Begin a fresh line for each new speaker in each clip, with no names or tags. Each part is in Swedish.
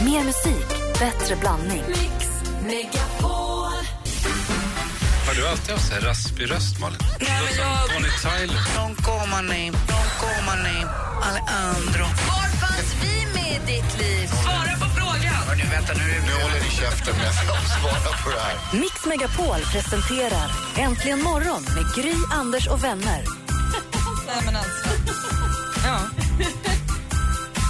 Mer musik, bättre blandning.
Mix Megapol.
Har du alltid haft så här raspig röst, Malin? Nej, men jag... Bonnie Tyler.
Non comane, non comane, Alejandro.
Var fanns vi med i ditt liv? Svara på frågan!
Hörni, vänta nu.
Nu håller ni käften men jag ska svara på det här.
Mix Megapol presenterar Äntligen morgon med Gry, Anders och vänner.
Nej, men alltså. Ja.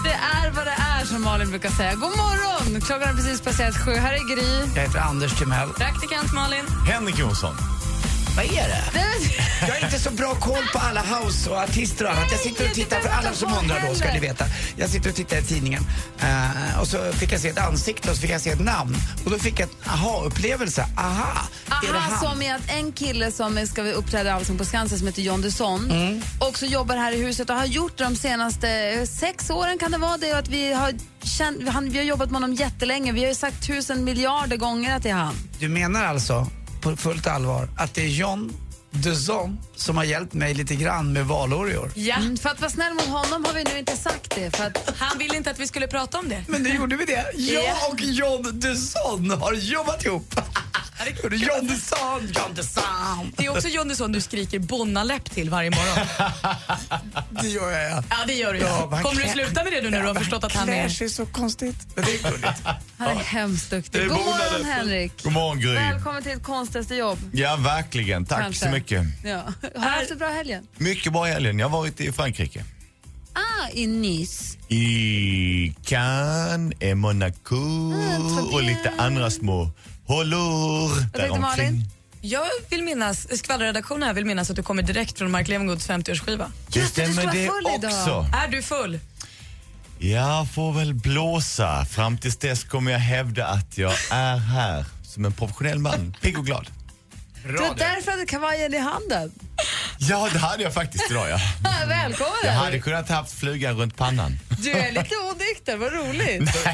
Det är vad det är, som Malin brukar säga. God morgon! Klockan har precis passerat sju. Här är Gry.
Jag heter Anders Timell.
Praktikant Malin.
Henrik Jonsson.
Vad är det?
Nej, men-
Jag har inte så bra koll på alla house och artister och annat. Jag sitter och tittar, för alla som undrar då ska ni veta. Jag sitter och tittar i tidningen eh, och så fick jag se ett ansikte och så fick jag se ett namn. Och då fick jag en aha-upplevelse. Aha, är det
Aha,
han?
som är att en kille som är- ska vi uppträda i Allsång på Skansen som heter John Dusson
Mm.
också jobbar här i huset och har gjort det de senaste eh, sex åren kan det vara det och att vi har, känt, han, vi har jobbat med honom jättelänge. Vi har ju sagt tusen miljarder gånger att det är han.
Du menar alltså på fullt allvar att det är John Duzon som har hjälpt mig lite grann med valorior?
Ja,
Mm, För att vara snäll mot honom har vi nu inte sagt det. För att,
han ville inte att vi skulle prata om det.
Men nu gjorde vi det. Jag och John Duzon har jobbat ihop. John Duzon, John Duzon.
Det är också Jondesson du skriker bonnaläpp till varje morgon.
Det gör jag. ja.
Ja, det gör du.
Ja, man
Kommer du
klä-
sluta med det nu när du har
Ja,
förstått att
han
han
klär
är...
sig så konstigt. Men det är gulligt.
han är hemskt
Det
duktig.
är
God
bonade.
morgon Henrik!
God morgon, Gry.
Välkommen till ett konstigaste jobb.
Ja, verkligen. Tack
kanske.
så mycket.
Ja. Har du haft en bra helgen?
Mycket bra i helgen. Jag har varit i Frankrike.
Ah, i Nice.
I Cannes, i Monaco
Tropez.
och lite andra små hålor
Mm, tänkte Malin?
Jag vill minnas, skvallerredaktionen här vill minnas att du kommer direkt från Mark Levengoods 50-årsskiva.
Det
Just det, du
stämmer
ska
det
vara full idag.
också.
Är du full?
Jag får väl blåsa. Fram tills dess kommer jag hävda att jag är här som en professionell man, pigg och glad.
Det var därför hade kavajen i handen.
Ja, det hade jag faktiskt idag. Ja.
Ah,
Mm. Jag
Välkommen!
hade kunnat haft flugan runt pannan.
Du är lite onykter, vad roligt.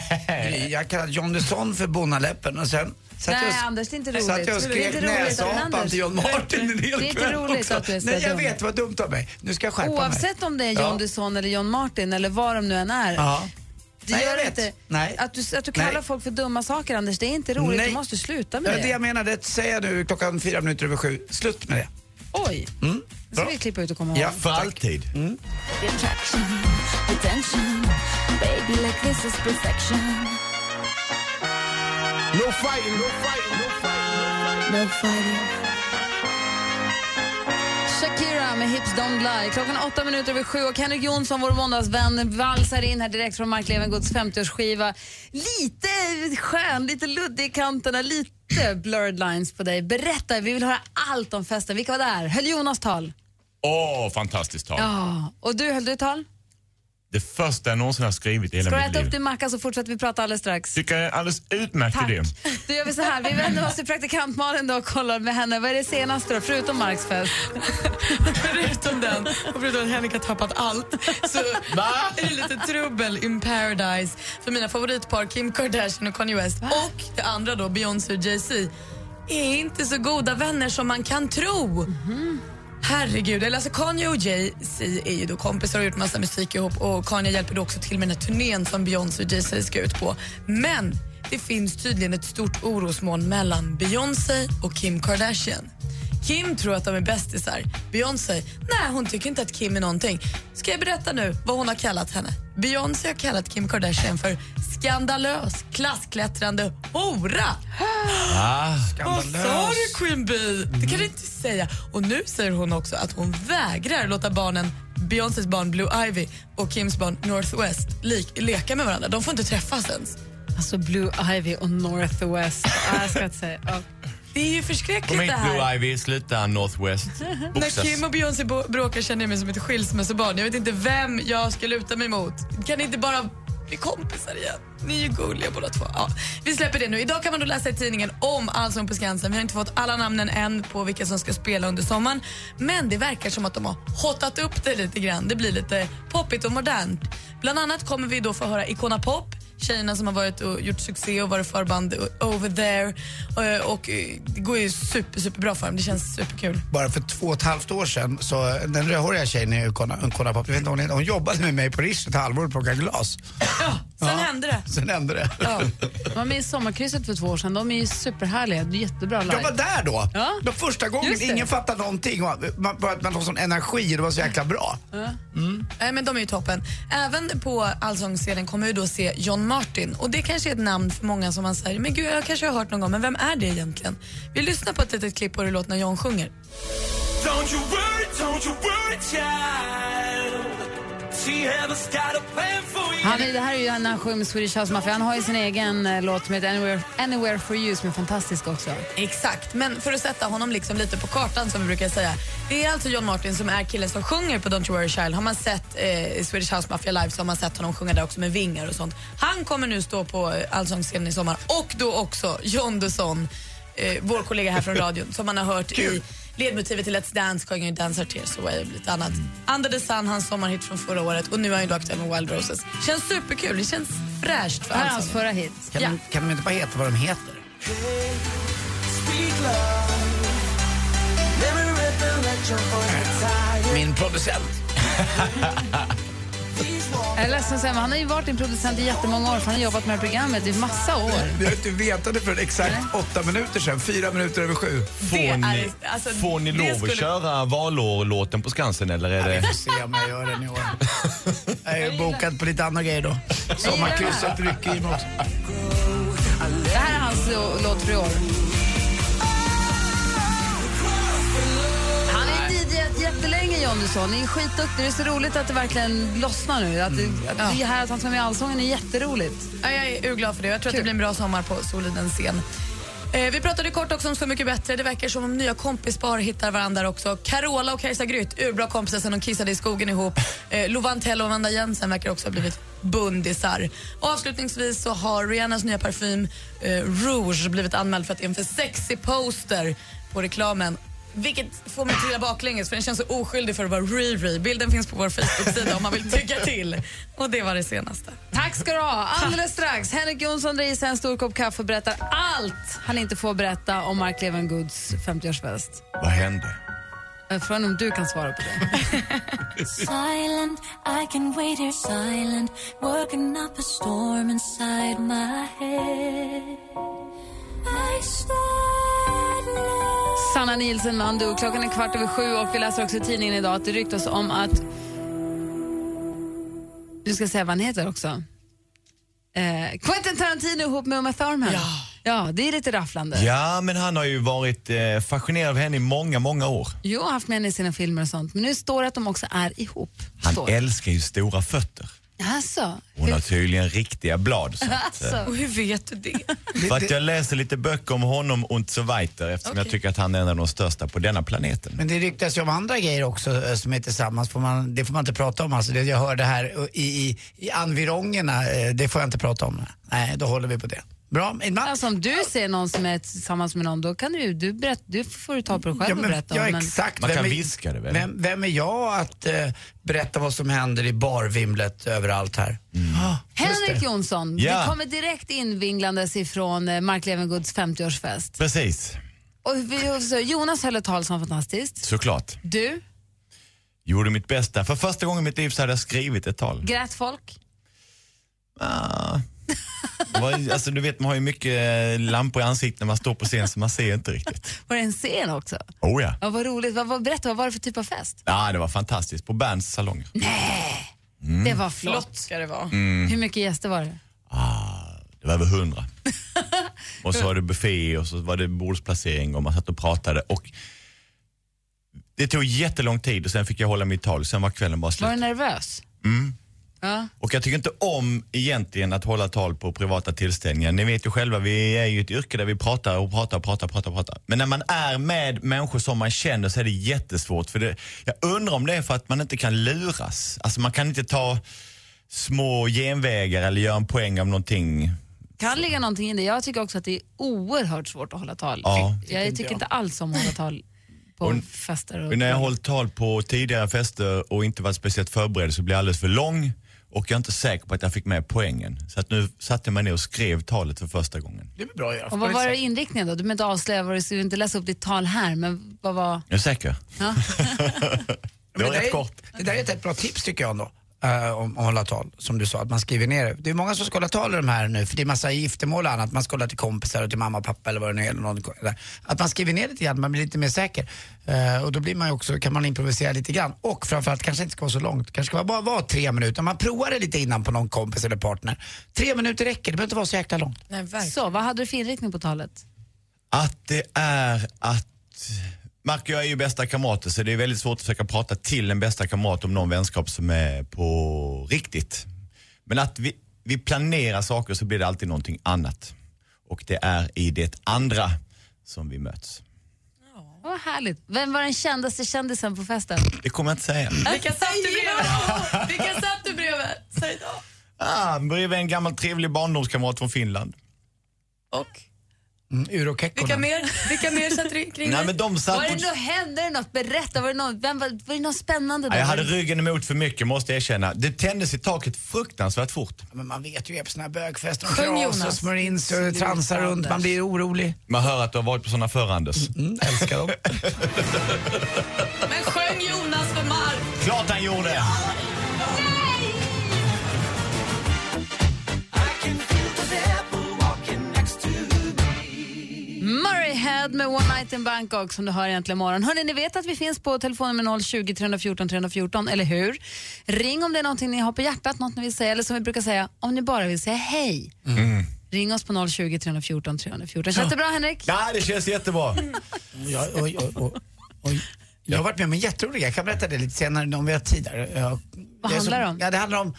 Gry, Jag kallade John Duzon för bonnaläppen och sen satt
Nej,
jag och sk-
Anders, det är inte roligt.
Satt jag och
Det är inte
skrek
roligt att-
näsapan
Anders,
till John Martin en hel kväll
Det är inte roligt
också.
att du är så
Nej, jag
dum.
vet, vad dumt av mig. Nu ska jag skärpa mig.
Oavsett om det är John
Ja.
Dusson eller John Martin eller vad de nu än är.
Ja.
Det
Nej,
gör
jag vet.
inte
Nej.
Att, du, att du kallar
Nej.
folk för dumma saker, Anders, det är inte roligt.
Nej.
Du måste sluta med
Ja,
det.
det jag menar, det säger jag nu klockan fyra minuter över sju. Slut med det.
Oj!
Mm.
Nu ska
Bra.
vi klippa ut och komma ihåg.
Ja,
För
tack.
alltid.
Mm.
No fighting, no fighting, no fighting.
Shakira med Hips Don't Lie. Klockan åtta minuter över sju och Henrik Jonsson, vår måndagsvän, valsar in här direkt från Mark Levengoods 50-årsskiva. Lite skön, lite luddig i kanterna, lite blurred lines på dig. Berätta, vi vill höra allt om festen. Vilka var där? Höll Jonas tal?
Åh, fantastiskt tal.
Ja. Och du, höll du tal?
Det första jag någonsin har skrivit i hela
Ska du
mitt
äta
liv.
upp din macka så fortsätter vi prata alldeles strax?
Tycker jag är en alldeles utmärkt
Tack.
idé.
Då gör vi så här, vi vänder oss till praktikant Malin då och kollar med henne. Vad är det senaste då, förutom Marks fest?
Förutom den, och förutom att Henrik har tappat allt, så är det lite trubbel in paradise för mina favoritpar Kim Kardashian och Kanye West och det andra då, Beyoncé och Jay-Z, är inte så goda vänner som man kan tro. Herregud, eller alltså Kanye och Jay-Z är ju då kompisar och har gjort massa musik ihop och Kanye hjälper då också till med den här turnén som Beyoncé och Jay-Z ska ut på. Men det finns tydligen ett stort orosmoln mellan Beyoncé och Kim Kardashian. Kim tror att de är bästisar. Beyoncé, nej hon tycker inte att Kim är någonting. Ska jag berätta nu vad hon har kallat henne? Beyoncé har kallat Kim Kardashian för skandalös, klassklättrande hora. Vad sa
Skandalös.
du Queen Bee? Det kan du inte säga. Och nu säger hon också att hon vägrar låta barnen Beyoncés barn Blue Ivy och Kims barn Northwest lik- leka med varandra. De får inte träffas ens.
Alltså Blue Ivy och Northwest. Ah, jag ska inte säga. Ja.
Det är ju
Kom
förskräckligt
hit
det här.
Blue Ivy, sluta Northwest.
När
Boxas.
Kim och Beyoncé bo- bråkar känner jag mig som ett skilsmässobarn. Jag vet inte vem jag ska luta mig mot. Kan ni inte bara bli kompisar igen? Ni är ju gulliga båda två. Ja, vi släpper det nu. Idag kan man då läsa i tidningen om Allsång på Skansen. Vi har inte fått alla namnen än på vilka som ska spela under sommaren. Men det verkar som att de har hottat upp det lite grann. Det blir lite poppigt och modernt. Bland annat kommer vi då få höra Icona Pop, tjejerna som har varit och gjort succé och varit förband eh, over there. Eh, Och eh, det går ju super, superbra för dem. Det känns superkul.
Bara för två och ett halvt år sedan, så eh, den rödhåriga tjejen i Ukonna Ukonna Pop, jag vet inte om hon, hon jobbade med mig på Rish ett halvår och plockade glas.
Ja,
Ja.
sen hände det.
Sen hände det.
De var med i Sommarkrysset för två år sedan. De är ju superhärliga. Det är Jättebra live.
Jag var där då.
Ja.
Då första gången,
Just det.
ingen fattade någonting. Man, man, bara att man får sån energi och det var så jäkla bra.
Nej, men de är ju toppen. Även på Allsångsscenen kommer vi då se John Martin. Och Det kanske är ett namn för många som man säger, men gud, jag kanske har hört någon gång, men vem är det egentligen? Vi lyssnar på ett litet klipp på hur det låter när John sjunger.
Don't you worry, don't you worry, child. She has got a plan for you.
Han är, det här är ju när han sjunger med Swedish House Mafia. Han har ju sin egen eh, låt med Anywhere, Anywhere for you som är fantastisk också.
Exakt, men för att sätta honom liksom lite på kartan som vi brukar säga. Det är alltså John Martin som är killen som sjunger på Don't You Worry Child. Har man sett eh, Swedish House Mafia live så har man sett honom sjunga där också med vingar och sånt. Han kommer nu stå på eh, Allsångsscenen i sommar och då också John Dusson, eh, vår kollega här från radion, som man har hört i ledmotivet till Let's Dance sjöng ju Dance Our Tears Away och lite annat. Under the Sun, hans sommarhit från förra året och nu är han ju då aktuell med Wild Roses. Känns superkul, det känns fräscht för
Det här är hans
Allsång.
förra hit.
Kan,
Ja.
de, kan de inte bara heta vad de heter?
Speak love. Never let the let your voice retire.
Min producent.
Please walk.
Jag är ledsen att säga, men han har ju varit din producent i jättemånga år för han har jobbat med programmet i massa år.
Jag inte vetade för exakt åtta minuter sedan, fyra minuter över sju.
Det
Får ni,
är- alltså,
får ni
det
lov
skulle-
att köra valår-låten på Skansen eller är
Eh.
det...
Vi får se om jag gör den i år. Jag är ju bokad på lite andra grejer då. Sommarkrysset rycker in också.
Det här är hans eh, låt för i år. Han är DJ jättelänge, John Dusson. Ni är skitduktig. Det är så roligt att det verkligen lossnar nu. Att, det- att det här att han ska med i Allsången är jätteroligt.
Ja, jag är urglad för det. Jag tror att det blir en bra sommar på Solidens scen. Eh, vi pratade kort också om Så mycket bättre. Det verkar som om nya kompispar hittar varandra också. Carola och Kajsa Grytt, urbra kompisar sen de kissade i skogen ihop. Eh, Lovantell och Amanda Jensen verkar också ha blivit bundisar. Och avslutningsvis så har Rihannas nya parfym eh, Rouge blivit anmäld för att det är en för sexy poster på reklamen. Vilket får mig att trilla baklänges för den känns så oskyldig för att vara Riri. Bilden finns på vår Facebook-sida om man vill tycka till. Och det var det senaste.
Tack ska du ha. Alldeles strax. Henrik Jonsson drar i sig en stor kopp kaffe och berättar allt han inte får berätta om Mark Levengoods 50-årsfest.
Vad hände?
Eh, Frågan om du kan svara på det.
Silent, I can wait here silent, working up a storm inside my head. I started
Sanna Nielsen med Undo. Klockan är kvart över sju och vi läser också i tidningen idag att det ryktas om att... Du ska säga vad han heter också. Eh, Quentin Tarantino ihop med Uma Thurman. Ja. ja, det är lite rafflande.
Ja, men han har ju varit eh, fascinerad av henne i många, många år.
Jo, har haft med henne i sina filmer och sånt. Men nu står det att de också är ihop.
Han
Står.
älskar ju stora fötter.
Alltså,
Hon har tydligen riktiga blad. Så att, eh,
Och hur vet du det?
för att jag läser lite böcker om honom und so weiter eftersom jag tycker att han är en av de största på denna planeten.
Men det ryktas ju om andra grejer också eh, som är tillsammans. Får man, det får man inte prata om. Alltså, det jag hörde här eh, i, i, i anvirongerna, eh, det får jag inte prata om. Nej, då håller vi på det. Bra, Edman?
Alltså om du ser någon som är tillsammans med någon, då kan du, du, berätt, du får du ta på dig själv
Ja,
och
men,
berätta om.
ja,
men-
exakt.
Man
Vem
kan
är-
viska det väl?
Vem, vem är jag att eh, berätta vad som händer i barvimlet överallt här?
Mm.
Ah, just
Henrik
det.
Jonsson,
Ja.
vi kommer direkt invinglandes ifrån eh, Mark Levengoods 50-årsfest.
Precis,
Och vi, och så, Jonas höll ett tal som var fantastiskt.
såklart.
Du
Gjorde mitt bästa. För första gången i mitt liv så hade jag skrivit ett tal.
grät folk.
Ah. Det var- Alltså, du vet, man har ju mycket eh, lampor i ansiktet när man står på scen så man ser inte riktigt.
Var det en scen också?
Oh ja.
Ja, vad roligt. Vad, vad, berätta, vad var det för typ av fest?
Ja, det var fantastiskt. På Berns salonger. Mm.
Det var flott.
Flott ska det vara.
Hur mycket gäster var det?
Det var över hundra. och så var det buffé och så var det bordsplacering och man satt och pratade. Och det tog jättelång tid och sen fick jag hålla mitt tal. Sen var kvällen bara
Var du
slut.
nervös? Ja.
Och jag tycker inte om egentligen att hålla tal på privata tillställningar. Ni vet ju själva, vi är ju ett yrke där vi pratar och pratar och pratar, pratar, pratar. Men när man är med människor som man känner så är det jättesvårt. För det, jag undrar om det är för att man inte kan luras. Alltså man kan inte ta små genvägar eller göra en poäng av någonting.
Kan ligga någonting i det. Jag tycker också att det är oerhört svårt att hålla tal.
Ja.
Jag tycker inte alls om att hålla tal på
Och-
fester. Och
Och när jag har hållit tal på tidigare fester och inte varit speciellt förberedd så blir jag alldeles för lång och jag är inte säker på att jag fick med poängen. Så att nu satte jag mig ner och skrev talet för första gången.
Det är bra att göra.
Och vad var inriktningen då? Du behöver inte avslöja vad du skulle inte läsa upp ditt tal här, men vad var...
Är du säker?
Ja.
Det
Men
var rätt
är-
kort.
Det där är ett, ett bra tips tycker jag ändå. eh, om om att hålla tal, som du sa, att man skriver ner det. Det är många som ska hålla tal i de här nu, för det är massa giftermål och annat. Man ska hålla till kompisar och till mamma och pappa eller vad det nu är. Eller någon, eller. Att man skriver ner lite grann, man blir lite mer säker. Eh, och då blir man ju också, kan man improvisera lite grann. Och framförallt kanske inte ska vara så långt. kanske ska vara, bara vara tre minuter. Man provar det lite innan på någon kompis eller partner. Tre minuter räcker, det behöver inte vara så jäkla långt.
Så, vad hade du för inriktning på talet?
Att det är att... Mark och jag är ju bästa kamrater så det är väldigt svårt att försöka prata till en bästa kamrat om någon vänskap som är på riktigt. Men att vi, vi planerar saker så blir det alltid någonting annat. Och det är i det andra som vi möts.
Vad härligt. Vem var den kändaste kändisen på festen?
Det kommer jag inte säga.
Vilka satt du bredvid? Vilka satt du bredvid? Säg då.
Ah, bredvid en gammal trevlig barndomskamrat från Finland.
Och
Mm, Urokekkonen.
vilka mer, vilka mer satt du kring
Nej
dig?
men de satt...
Var det något, hände det något? Berätta, var det något, vem var, var det något spännande? Då?
Ja, jag hade
Var det-
ryggen emot för mycket måste jag erkänna. Det tändes i taket fruktansvärt fort.
Men man vet ju, är på såna här bögfester,
Sjung,
de kras och
Jonas.
smörjer in sig och transar runt. Man blir orolig.
Man hör att du har varit på såna förr Anders.
Mm, älskar dem.
Men sjöng Jonas för Mark?
Klart han gjorde!
Murray Head med One Night in Bangkok som du hör egentligen imorgon. Hörni, ni vet att vi finns på telefonnummer 020 314 314, eller hur? Ring om det är någonting ni har på hjärtat, något ni vill säga, eller som vi brukar säga, om ni bara vill säga hej. Ring oss på 020 314 314. Känns det bra Henrik?
Ja, det känns jättebra.
Ja, oj, oj, oj, oj. Jag har varit med om en jätterolig Jag kan berätta det lite senare om vi har tid. Där. Jag,
Vad
det är
handlar det
som,
om?
Ja, det handlar om,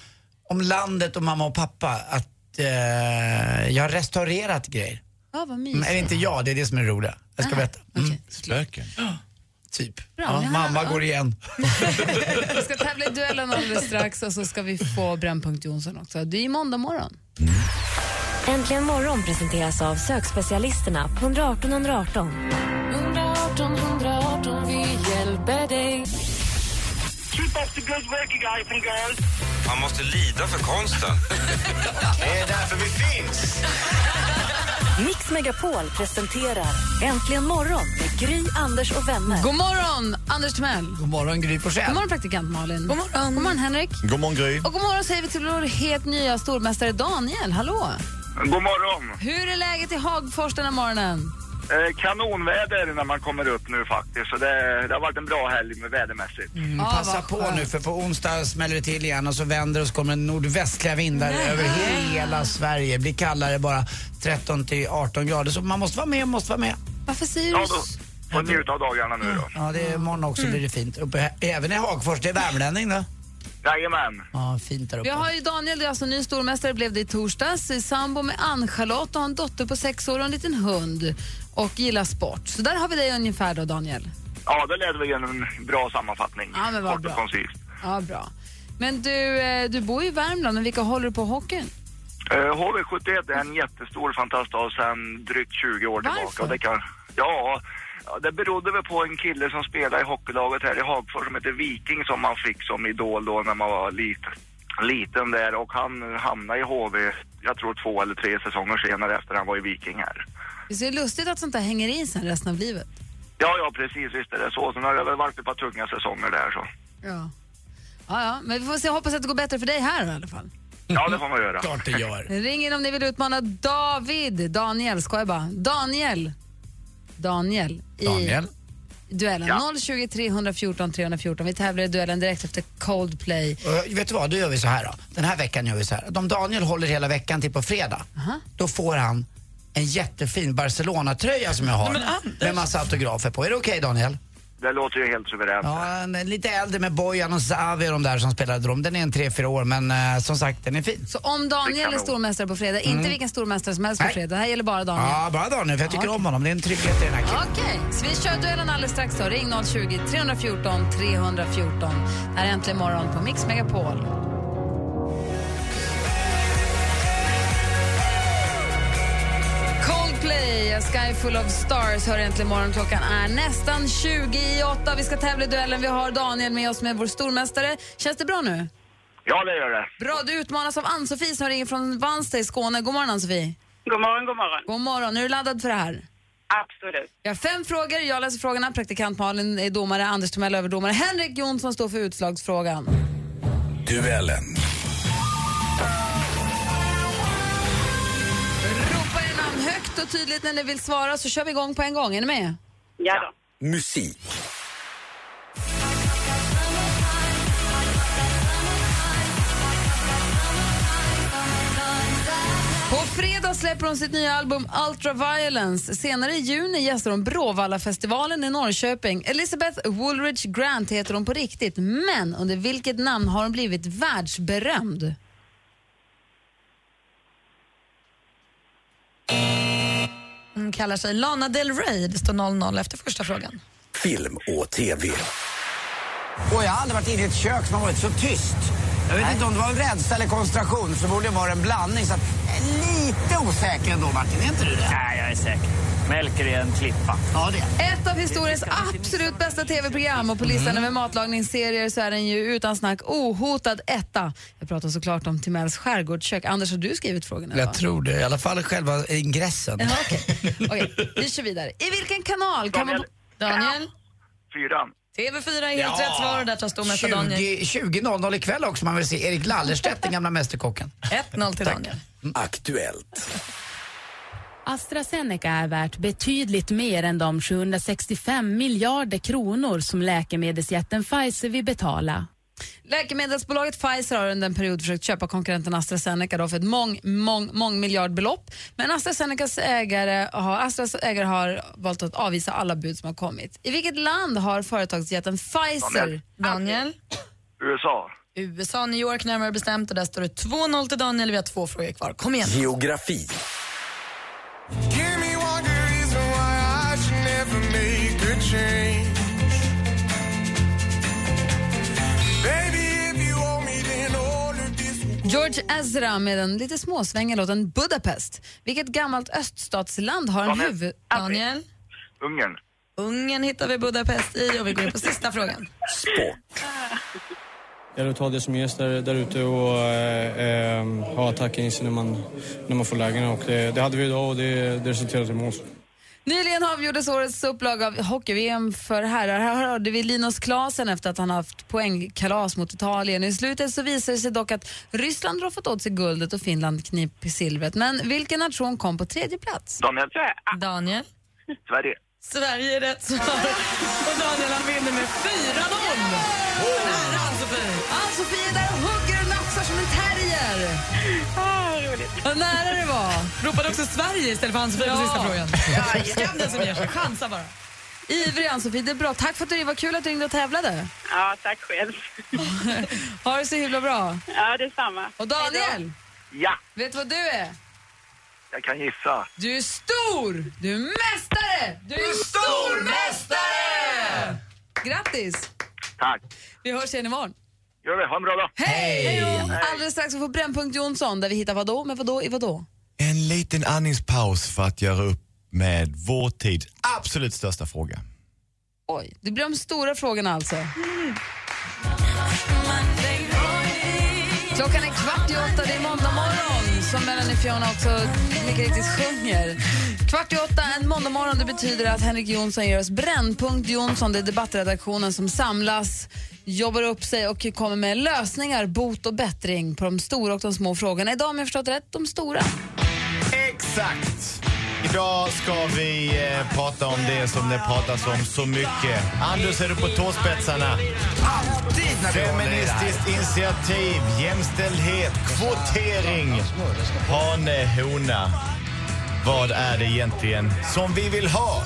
om landet och mamma och pappa. Att eh, jag har restaurerat grejer.
Ja, vad
Mm,
mysigt.
eller inte jag, det är det som är roligt. Jag ska berätta. Mm,
Slöken.
Typ.
Bra,
ja,
ja.
mamma går igen.
Vi ska tävla i duellen alldeles strax och så ska vi få Brännpunkt Jonsson också. Det är ju måndag morgon.
Äntligen morgon presenteras av sökspecialisterna på 118 118.
118 118, vi hjälper dig.
Man måste lida för konsten.
Det är därför vi finns.
Mix Megapol presenterar Äntligen morgon med Gry, Anders och vänner.
God morgon Anders Timell.
God morgon Gry
God
Forssell.
morgon praktikant Malin.
God morgon.
God morgon Henrik.
God morgon Gry.
Och god morgon säger vi till vår helt nya stormästare Daniel. Hallå!
God morgon.
Hur är läget i Hagfors den här morgonen?
Eh, kanonväder när man kommer upp nu faktiskt. Så det, det har varit en bra helg med vädermässigt.
Mm,
Ah,
passa
vad
på
skönt.
nu för på onsdag smäller det till igen och så vänder och så kommer nordvästliga vindar över hela Sverige. Det blir kallare bara 13 till 18 grader så man måste vara med, måste vara med.
Varför säger
Ja,
du
då
så?
får njuta av dagarna nu
Mm.
då.
Ja, det är imorgon också blir det fint. Uppe, även i Hagfors, det är värmlänning då.
Jajamän.
Ja, fint där uppe.
Vi har ju Daniel, det är alltså ny stormästare, blev det i torsdags. I sambo med Ann-Charlotte och har en dotter på sex år och en liten hund. Och gillar sport. Så där har vi dig ungefär då, Daniel.
Ja, det ledde vi igenom en bra sammanfattning.
Ja, men vad
Kort och
bra.
koncist.
Ja, bra. Men du, eh, du bor ju i Värmland, men vilka håller du på hockeyn?
Eh, HV71 är en jättestor fantast av sedan drygt 20 år
Varför?
tillbaka. Och det kan, ja, ja, det berodde väl på en kille som spelade i hockeylaget här i Hagfors som heter Viking som man fick som idol då när man var liten, liten där och han hamnade i HV, jag tror två eller tre säsonger senare efter han var i Viking här.
Visst är det lustigt att sånt där hänger i sen resten av livet?
Ja, ja precis, visst är det så. Sen har det väl varit ett par tunga säsonger där så.
Ja. Ja, ja. Men vi får se, hoppas att det går bättre för dig här i alla fall.
Ja, det får man göra.
Klart det gör.
Ring in om ni vill utmana David, Daniel, skojar bara. Daniel. Daniel i
Daniel.
duellen.
Ja.
020 314 314. Vi tävlar i duellen direkt efter Coldplay.
Och vet du vad, då gör vi så här då. Den här veckan gör vi så här. Om Daniel håller hela veckan till på fredag, då får han en jättefin Barcelona-tröja som jag har. med massa autografer på. Är det okej Daniel?
Det låter ju helt suveränt.
Ja, en, en lite äldre med Bojan och Xavi och de där som spelade dem. Den är en 3-4 år men eh, som sagt den är fin.
Så om
Det
Daniel
kan Mm.
är
vara.
stormästare på fredag, inte vilken stormästare som helst på
Nej.
fredag. Det här gäller bara Daniel.
Ja, bara Daniel för jag tycker
Ja, okej.
om honom. Det är en trygghet i den här killen.
Okej, så vi kör duellen alldeles strax då. Ring 020 314 314. Det här är Äntligen morgon på Mix Megapol. Coldplay, A Sky Full of Stars hör äntligen morgon. Klockan är nästan 20 i åtta. Vi ska tävla i duellen. Vi har Daniel med oss med vår stormästare. Känns det bra nu?
Ja, det gör det.
Bra, du utmanas av Ann-Sofie som ringer från Vansta i Skåne. God morgon Ann-Sofie.
God morgon, god morgon.
God morgon, är du laddad för det här?
Absolut.
Jag har fem frågor, jag läser frågorna, praktikant Malin är domare, Anders Timell är överdomare, Henrik Jonsson står för utslagsfrågan.
Duellen.
Ropa er namn högt och tydligt när ni vill svara så kör vi igång på en gång. Är ni med?
Ja.
Musik.
På fredag släpper hon sitt nya album Ultraviolence. Senare i juni gästar hon Bråvallafestivalen i Norrköping. Elizabeth Woolridge Grant heter hon på riktigt, men under vilket namn har hon blivit världsberömd?
Hon kallar sig Lana Del Rey. Det står 0-0 efter första frågan.
Film och TV.
Och jag har aldrig varit inne i ett kök som har varit så tyst. Jag vet inte om det var en rädsla eller koncentration, så borde det vara en blandning. Så att, lite osäker ändå, Martin. Är inte du det? Nej, jag är säker. Melker är en klippa. Ja, det
Ett av historiens absolut bästa tv-program och på listan
Mm.
över matlagningsserier så är den ju utan snack ohotad etta. Jag pratar såklart om Timells skärgårdskök. Anders, har du skrivit frågorna?
Jag tror det. I alla fall själva ingressen.
Jaha, okej. Okej, vi kör vidare. I vilken kanal kan man... Daniel?
Fyran.
TV4 är helt rätt svar och där tar stormästare Daniel.
20.00 20 ikväll också, man vill se Erik Lallerstedt, den gamla mästerkocken.
1-0 till Daniel.
Aktuellt.
AstraZeneca är värt betydligt mer än de 765 miljarder kronor som läkemedelsjätten Pfizer vill betala.
Läkemedelsbolaget Pfizer har under en period försökt köpa konkurrenten AstraZeneca då för ett mång, mång, mång miljardbelopp. Men AstraZenecas ägare har, Astras ägare har valt att avvisa alla bud som har kommit. I vilket land har företagsjätten Pfizer...
Daniel?
USA.
USA, New York närmare bestämt och där står det 2-0 till Daniel. Vi har två frågor kvar. Kom igen.
Geografi.
Give me one good reason why I should never make a change. Baby, if you owe me, then all of this
George Ezra med den lite småsvängiga låten Budapest. Vilket gammalt öststatsland har en
Daniel.
huvud... Daniel?
Ungern.
Ungern hittar vi Budapest i och vi går in på sista frågan.
Det gäller att ta det som ges där, där ute och eh, eh, ha attacken i sig när man, när man får lägena. Och det, det hade vi idag och det, det resulterade i mål.
Nyligen avgjordes årets upplaga av hockey-VM för herrar. Här hörde vi Linus Klasen efter att han haft poängkalas mot Italien. I slutet så visade det sig dock att Ryssland roffat åt sig guldet och Finland knip silvret. Men vilken nation kom på tredje plats?
Daniel.
Daniel.
Sverige.
Sverige är rätt svar. Och Daniel han vinner med 4-0. Nära Ann-Sofie.
Ann-Sofie är där och hugger och nafsar som en terrier.
Ah,
Vad nära det var.
Ropade också Sverige istället för Ann-Sofie på
Ja.
sista frågan.
Jajamän.
Skam den som ger sig. Chansa bara.
Ivrig Ann-Sofie, det är bra. Tack för att du ringde. Vad kul att du ringde och tävlade.
Ja, tack själv.
Ha det så himla bra.
Ja, detsamma.
Och Daniel,
Ja,
vet du vad du är?
jag kan gissa.
Du är stor! Du är mästare! Du är stormästare! Grattis!
Tack.
Vi hörs igen imorgon.
Gör det. Ha en bra dag.
Hej! Hej. Alldeles strax vi får Brännpunkt Jonsson där vi hittar vadå med vadå i vadå.
En liten andningspaus för att göra upp med vår tids absolut största fråga.
Oj, det blir de stora frågorna alltså. Klockan är kvart i åtta, det är måndag morgon som Melanie Fiona också mycket riktigt sjunger. Kvart i åtta en måndag morgon, det betyder att Henrik Jonsson ger oss Brännpunkt Jonsson. Det är debattredaktionen som samlas, jobbar upp sig och kommer med lösningar, bot och bättring på de stora och de små frågorna. Idag om jag förstått rätt, de stora.
Exakt! Idag ska vi eh, prata om det som det pratas om så mycket. Anders, är du på tåspetsarna?
Alltid när vi håller i det här.
Feministiskt initiativ, jämställdhet, kvotering, hane, hona. Vad är det egentligen som vi vill ha?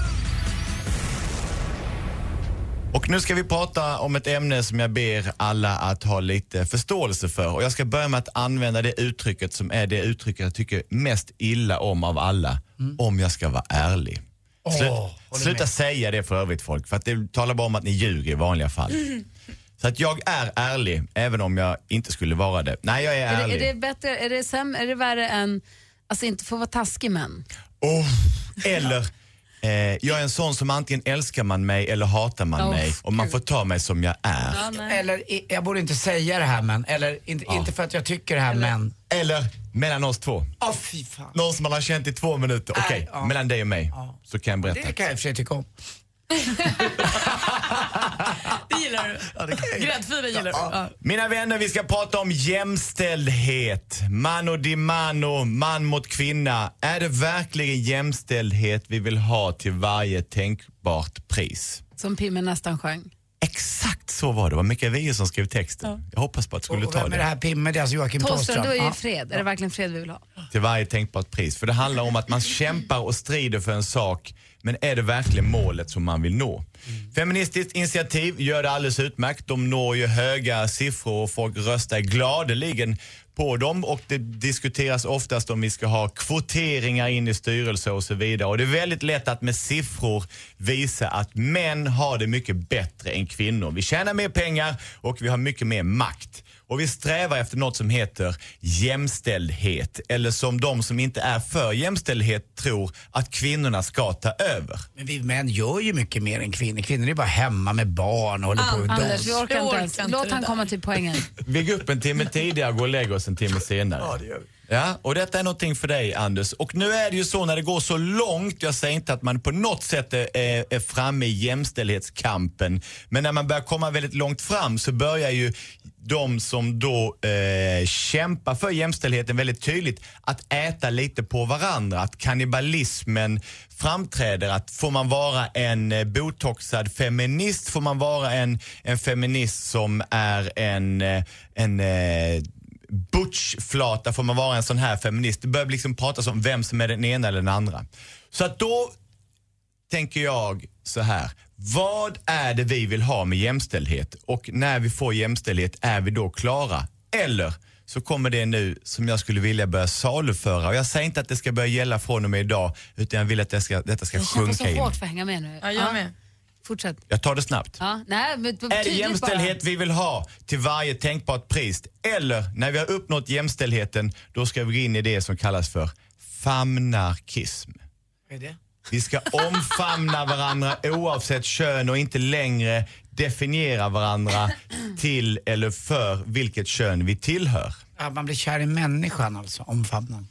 Och nu ska vi prata om ett ämne som jag ber alla att ha lite förståelse för. Och jag ska börja med att använda det uttrycket som är det uttrycket jag tycker mest illa om av alla. Om jag ska vara ärlig.
Åh,
Slu-
håller
sluta
med.
säga det för övrigt folk, för att det talar bara om att ni ljuger i vanliga fall. Så att jag är ärlig, även om jag inte skulle vara det. Nej, jag är,
Är det,
ärlig.
är det bättre, är det, sämre, är det värre än, alltså inte få vara taskig men?
Oh, eller Eh, jag är en sån som antingen älskar man mig eller hatar man
Åh,
mig och man får ta mig som jag är.
eller, i- jag borde inte säga det här men, eller inte, inte för att jag tycker det här men.
Eller mellan oss två.
Åh fy fan.
Någon som man har känt i två minuter. Okej, mellan dig och mig. Så kan jag berätta.
Det kan jag i och för sig tycka om.
Det gillar du. Gräddfilen gillar du. Ja.
Mina vänner, vi ska prata om jämställdhet. Mano di mano, man mot kvinna. Är det verkligen jämställdhet vi vill ha till varje tänkbart pris?
Som Pimme nästan sjöng.
Exakt så var det. Det var Mikael Wiehe som skrev texten. Jag hoppas på att skulle
Och
ta
vem är det
det.
här Pimme? Det är alltså Joakim
Torsten,
Thåström.
då är ju
Ja.
fred. Är det verkligen fred vi vill ha?
Till varje tänkbart pris. För det handlar om att man kämpar och strider för en sak. Men är det verkligen målet som man vill nå? Feministiskt initiativ gör det alldeles utmärkt. De når ju höga siffror och folk röstar gladeligen på dem och det diskuteras oftast om vi ska ha kvoteringar in i styrelse och så vidare. Och det är väldigt lätt att med siffror visa att män har det mycket bättre än kvinnor. Vi tjänar mer pengar och vi har mycket mer makt. Och vi strävar efter något som heter jämställdhet. Eller som de som inte är för jämställdhet tror att kvinnorna ska ta över.
Men vi män gör ju mycket mer än kvinnor. Kvinnor är bara hemma med barn och håller på och
Anders, vi
dos.
orkar
Jag
inte
orkar
ens.
inte
Låt
det
han
där.
komma till poängen.
Vi går upp en timme tidigare och går och lägger oss en timme senare. Ja, det gör vi. Ja, och detta är någonting för dig Anders. Och nu är det ju så när det går så långt, jag säger inte att man på något sätt är, är är framme i jämställdhetskampen, men när man börjar komma väldigt långt fram så börjar ju de som då eh, kämpar för jämställdheten väldigt tydligt att äta lite på varandra, att kannibalismen framträder, att får man vara en eh, botoxad feminist, får man vara en, en feminist som är en, eh, en eh, butchflata får man vara en sån här feminist. Det börjar liksom pratas om vem som är den ena eller den andra. Så att då tänker jag så här. Vad är det vi vill ha med jämställdhet? Och när vi får jämställdhet, är vi då klara? Eller så kommer det nu som jag skulle vilja börja saluföra. Och jag säger inte att det ska börja gälla från och med idag, utan jag vill att det ska, detta ska
Jag kämpar så
sjunka in.
hårt för att hänga med nu.
Ja, jag med.
Fortsätt.
Jag tar det snabbt.
Ja. Nej, men
Är det
tydligt
jämställdhet vi vill ha till varje tänkbart pris? Eller när vi har uppnått jämställdheten, då ska vi gå in i det som kallas för famnarkism.
Vad är det?
Vi ska omfamna varandra oavsett kön och inte längre definiera varandra till eller för vilket kön vi tillhör.
Ja, man blir kär i människan alltså, omfamnan.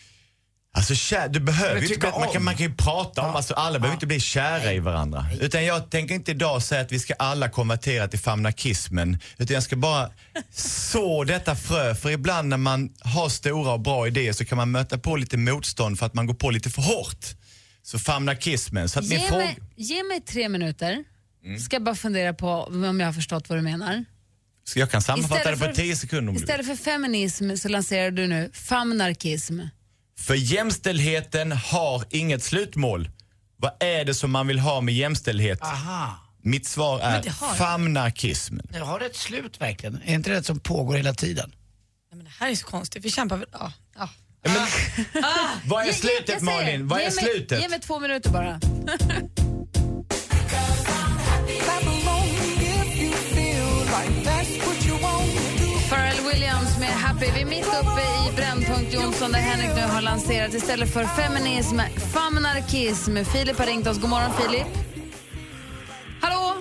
Alltså kär, du behöver
Men
ju inte,
tycka
man, kan,
om.
man kan ju prata om, alltså alla behöver inte bli kära i varandra. Utan jag tänker inte idag säga att vi ska alla konvertera till famnakismen. Utan jag ska bara så detta frö. För ibland när man har stora och bra idéer så kan man möta på lite motstånd för att man går på lite för hårt. Så famnakismen. Så att min
Ge
fråga...
mig, ge mig tre minuter,
Mm.
ska jag bara fundera på om jag har förstått vad du menar.
Så jag kan sammanfatta det
Istället
på
för-
10 sekunder om du vill.
Istället för feminism så lanserar du nu famnarkism.
För jämställdheten har inget slutmål. Vad är det som man vill ha med jämställdhet?
Aha.
Mitt svar
Men
är
det har-
famnarkism.
Det har ett slut verkligen. Är inte det ett som pågår hela tiden?
Men det här är så konstigt, vi kämpar för... Ja. Ja.
Vad är
Ge-
slutet
jag säger,
Malin? Vad
ge
är
mig,
slutet?
Ge mig två minuter bara. Pharrell Williams med Happy. Vi är mitt uppe i Brännpunkt Jonsson där Henrik nu har lanserat istället för feminism, famnarkism. Filip har ringt oss. God morgon Filip. Hallå?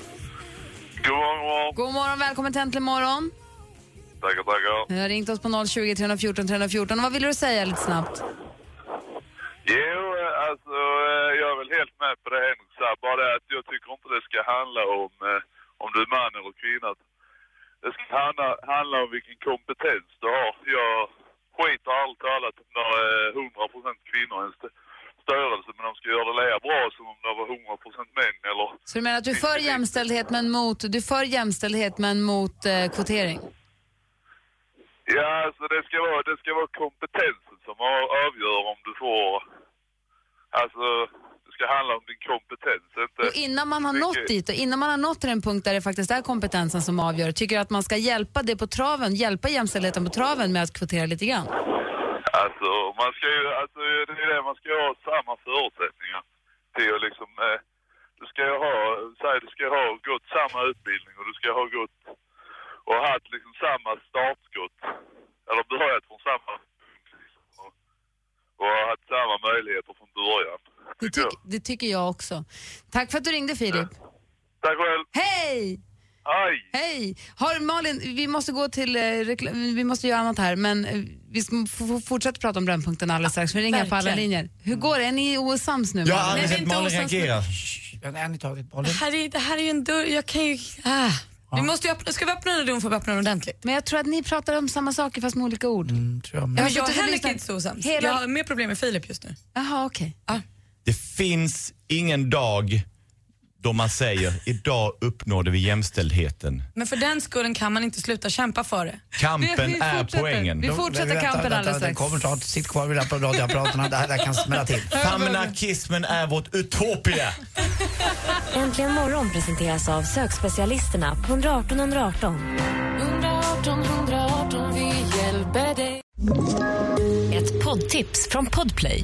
God morgon.
God morgon, välkommen till Äntligen morgon.
Tackar, tackar.
Du har ringt oss på 020 314 314. Vad vill du säga lite snabbt?
Jo, eh, alltså eh, jag är väl helt med på det Henrik sa. Bara det att jag tycker inte det ska handla om eh, om du är man eller kvinna. Det ska handla, handla om vilken kompetens du har. Jag skiter ärligt talat om det är 100% kvinnor i en st- störelse, men de ska göra det lika bra som om det var 100% män eller...
Så du menar att du är för jämställdhet men mot, du är för jämställdhet men mot eh, kvotering?
Ja, alltså det ska vara, det ska vara kompetensen som av- avgör om du får... Alltså, det ska handla om din kompetens, inte...
Och innan man har nått dit och innan man har nått till den punkt där det faktiskt är kompetensen som avgör, tycker du att man ska hjälpa det på traven, hjälpa jämställdheten på traven med att kvotera lite grann?
Alltså, man ska ju, alltså, det är det, man ska ju ha samma förutsättningar till att liksom, eh, du ska ju ha, säg du ska ha gått samma utbildning och du ska ha gått och haft liksom samma startskott, eller börjat från samma punkt liksom, och, och haft samma möjligheter från början.
Det, tyck, det tycker jag också. Tack för att du ringde, Filip.
Tack själv.
Hej!
Hej!
Hej! Har, Malin, vi måste gå till eh, rekla- vi måste göra annat här, men eh, vi ska f- f- fortsätta prata om Brännpunkten alldeles strax. Vi ringer på alla
verkligen.
linjer. Hur
Mm.
går det? Är ni osams nu?
Jag
Malin?
har aldrig sett Malin
osams,
reagera. Shh, En i taget, Malin.
Det här är, det här är ju en dörr, jag kan ju... Ah. Vi måste ju öppna, ska vi öppna den eller får vi öppna den ordentligt?
Men jag tror att ni pratar om samma saker fast med olika ord.
Mm,
Jag,
har
jag och
suttit och
Henrik är
lyssnat-
inte så osams.
Hela-
Jag har mer problem med Filip just nu.
Jaha, okej.
Det finns ingen dag då man säger idag uppnådde vi jämställdheten.
Men för den skullen kan man inte sluta kämpa för det.
Kampen
Vi- vi
är
fortsätter.
poängen.
Vi fortsätter
Vänta,
kampen
vänta,
alldeles
Den
strax.
kommer snart. Sitt kvar vid rapp- radioapparaterna. Det här där kan smälla till.
Feminakismen är vårt utopia.
Äntligen morgon presenteras av sökspecialisterna på 118 118.
118 118, vi hjälper dig.
Ett poddtips från Podplay.